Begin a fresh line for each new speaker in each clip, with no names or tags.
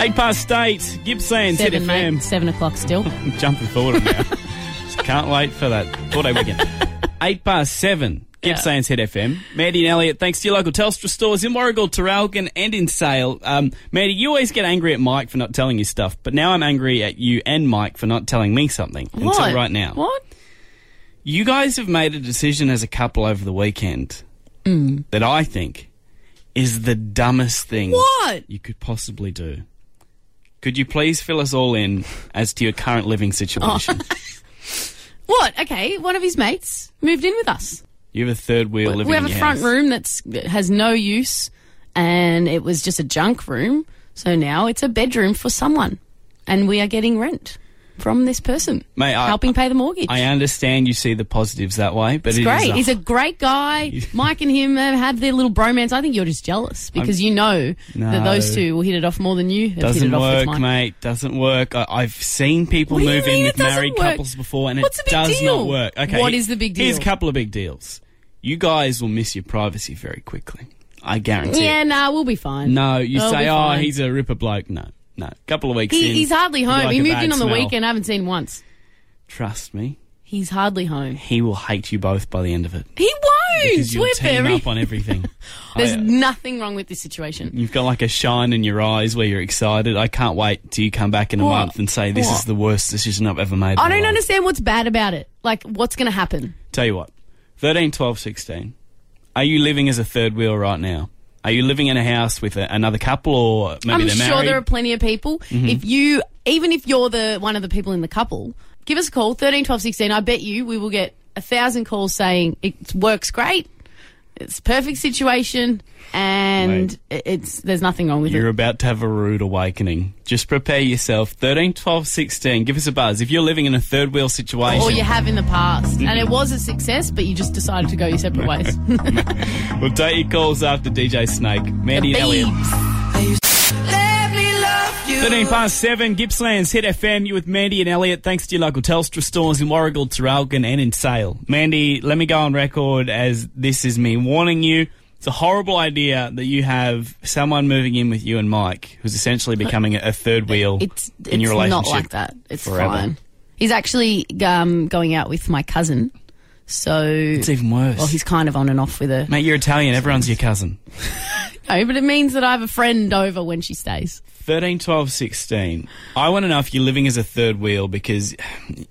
Eight past eight, Gippsland, Hit
Seven, mate.
FM.
Seven o'clock still.
Jumping forward now. Just can't wait for that four-day weekend. Eight past seven,
Yeah.
Gippsland's Hit FM. Mandy and Elliot, thanks to your local Telstra stores in Warrigal, Terralgan and in Sale. Um, Mandy, you always get angry at Mike for not telling you stuff, but now I'm angry at you and Mike for not telling me something
What?
until right now.
What?
You guys have made a decision as a couple over the weekend
Mm.
that I think is the dumbest thing
What?
you could possibly do. Could you please fill us all in as to your current living situation?
Oh. What? Okay, one of his mates moved in with us.
You have a third wheel living
we have
in
a
your
front
house.
room that's that has no use, and it was just a junk room. So now it's a bedroom for someone, and we are getting rent from this person,
Mate, I-
helping pay the mortgage.
uh, I understand you see the positives that way, but
it's
it is
great.
a-
He's a great guy. Mike and him have had their little bromance. I think you're just jealous because you know that
No.
those two will hit it off more than you have hit
doesn't
it off
work,
with Mike.
mate. Doesn't work. I, I've seen people
What do you
move
mean
in
it
with
doesn't
married
work?
couples before, and
What's the
it
big
does
deal?
not work. Okay,
What is the big
Here's a
deal?
couple of big deals. You guys will miss your privacy very quickly. I guarantee.
Yeah,
it.
nah, we'll be fine.
No, you
We'll be
say, oh,
fine.
he's a ripper bloke. No, no. Couple of weeks
He-
in,
he's hardly
you
home.
like
he
a
moved
bad
in on the
smell.
weekend. I haven't seen him once.
Trust me,
He's hardly home.
he will hate you both by the end of it.
He won't.
Because you'll
We're
team
very.
up on everything.
There's
I-
nothing wrong with this situation.
You've got like a shine in your eyes where you're excited. I can't wait till you come back in a
What?
month and say this is
What?
the worst decision I've ever made. in
I
my
don't
life."
understand what's bad about it. Like, what's going to happen?
Tell you what, 13, 12, 16. Are you living as a third wheel right now? Are you living in a house with a, another couple, or maybe
I'm
they're
sure
married? Mm-hmm.
there are plenty of people. If you, even if you're the one of the people in the couple, give us a call 13, 12, 16. I bet you we will get a thousand calls saying it works great, it's a perfect situation, and i it's there's nothing wrong with
You're
it.
about to have a rude awakening. Just prepare yourself. 13, 12, 16. Give us a buzz. If you're living in a third wheel situation,
Or you have in the past, and
Mm-hmm.
it was a success, but you just decided to go your separate ways.
we'll take your calls after DJ Snake. Mandy and Elliot.
Beebs.
13 past 7, Gippsland's Hit FM. You with Mandy and Elliot. Thanks to your local Telstra stores in Warrigal, Terralgan, and in Sale. Mandy, let me go on record as this is me warning you. It's a horrible idea that you have someone moving in with you and Mike, who's essentially becoming a a third wheel
It's it's
in your relationship.
not like that. It's
forever.
fine. He's actually um, going out with my cousin, so
It's even worse.
well, he's kind of on and off with her.
Mate, you're Italian. Everyone's your cousin.
No, but it means that I have a friend over when she stays.
13, 12, 16. I want to know if you're living as a third wheel because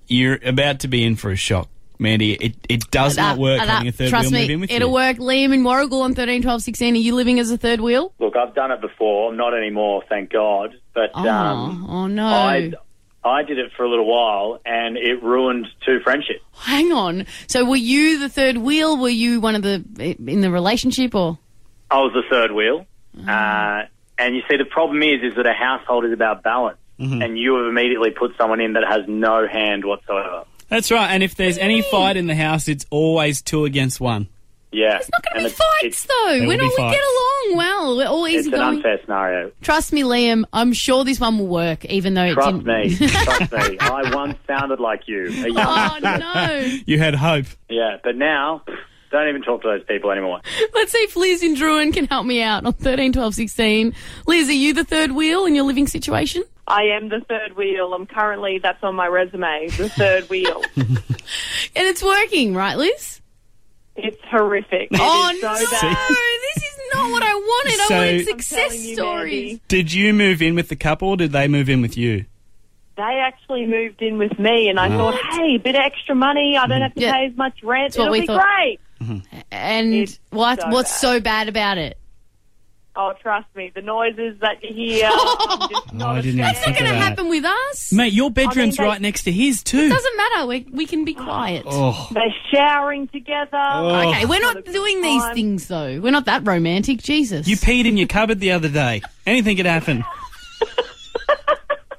you're about to be in for a shock. Mandy, it, it does not
That-
work
that-
having a third
trust
wheel
me,
move in with
it'll
you.
work. Liam in Warrigal on 13, 12, 16. Are you living as a third wheel?
Look, I've done it before, not anymore, thank God. But
Oh,
um,
oh no.
I, I did it for a little while, and it ruined two friendships.
Hang on. So were you the third wheel? Were you one of the in the relationship or?
I was the third wheel,
Mm-hmm.
uh, and you see, the problem is, is that a household is about balance,
Mm-hmm.
and you have immediately put someone in that has no hand whatsoever.
That's right. And if there's any fight in the house, it's always two against one.
Yeah,
It's not going
And
to be fights though.
will
We're
be
not, we
fights.
get along well. We're all
It's,
easy
it's an
going.
unfair scenario.
Trust me, Liam. I'm sure this one will work, even though it
Trust
didn't.
me, trust me. I once sounded like you. A young-
Oh no!
You had hope.
Yeah, but now, pff, don't even talk to those people anymore.
Let's see if Liz in Druin can help me out on 13, 12, 16. Liz, are you the third wheel in your living situation?
I am the third wheel. I'm currently, that's on my resume, the third wheel.
And it's working, right, Liz?
It's horrific. It is
oh
so
no!
bad.
This is not what I wanted.
So-
I wanted
I'm
success
telling you,
stories.
Mandy.
Did you move in with the couple or did they move in with you?
They actually moved in with me, and I thought, hey, bit of extra money. I don't have to
Yeah.
pay as much rent.
what
It'll
we
be
thought.
great.
And
It's
what?
so
what's
bad.
so bad about it?
Oh, trust me, the noises that you hear. I'm just not
I
a
didn't even
fan.
think
Going
of
to
that.
happen with us?
Mate, your bedroom's
they-
right next to his too. Oh,
Doesn't matter. We we can be quiet.
They're showering together.
Okay, we're not doing these
time.
things though. We're not that romantic, Jesus.
You peed in your cupboard the other day. Anything could happen.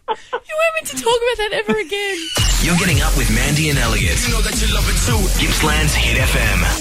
you weren't meant to talk about that ever again.
You're getting up with Mandy and Elliot. You know that you love it too. Gippsland's Hit FM.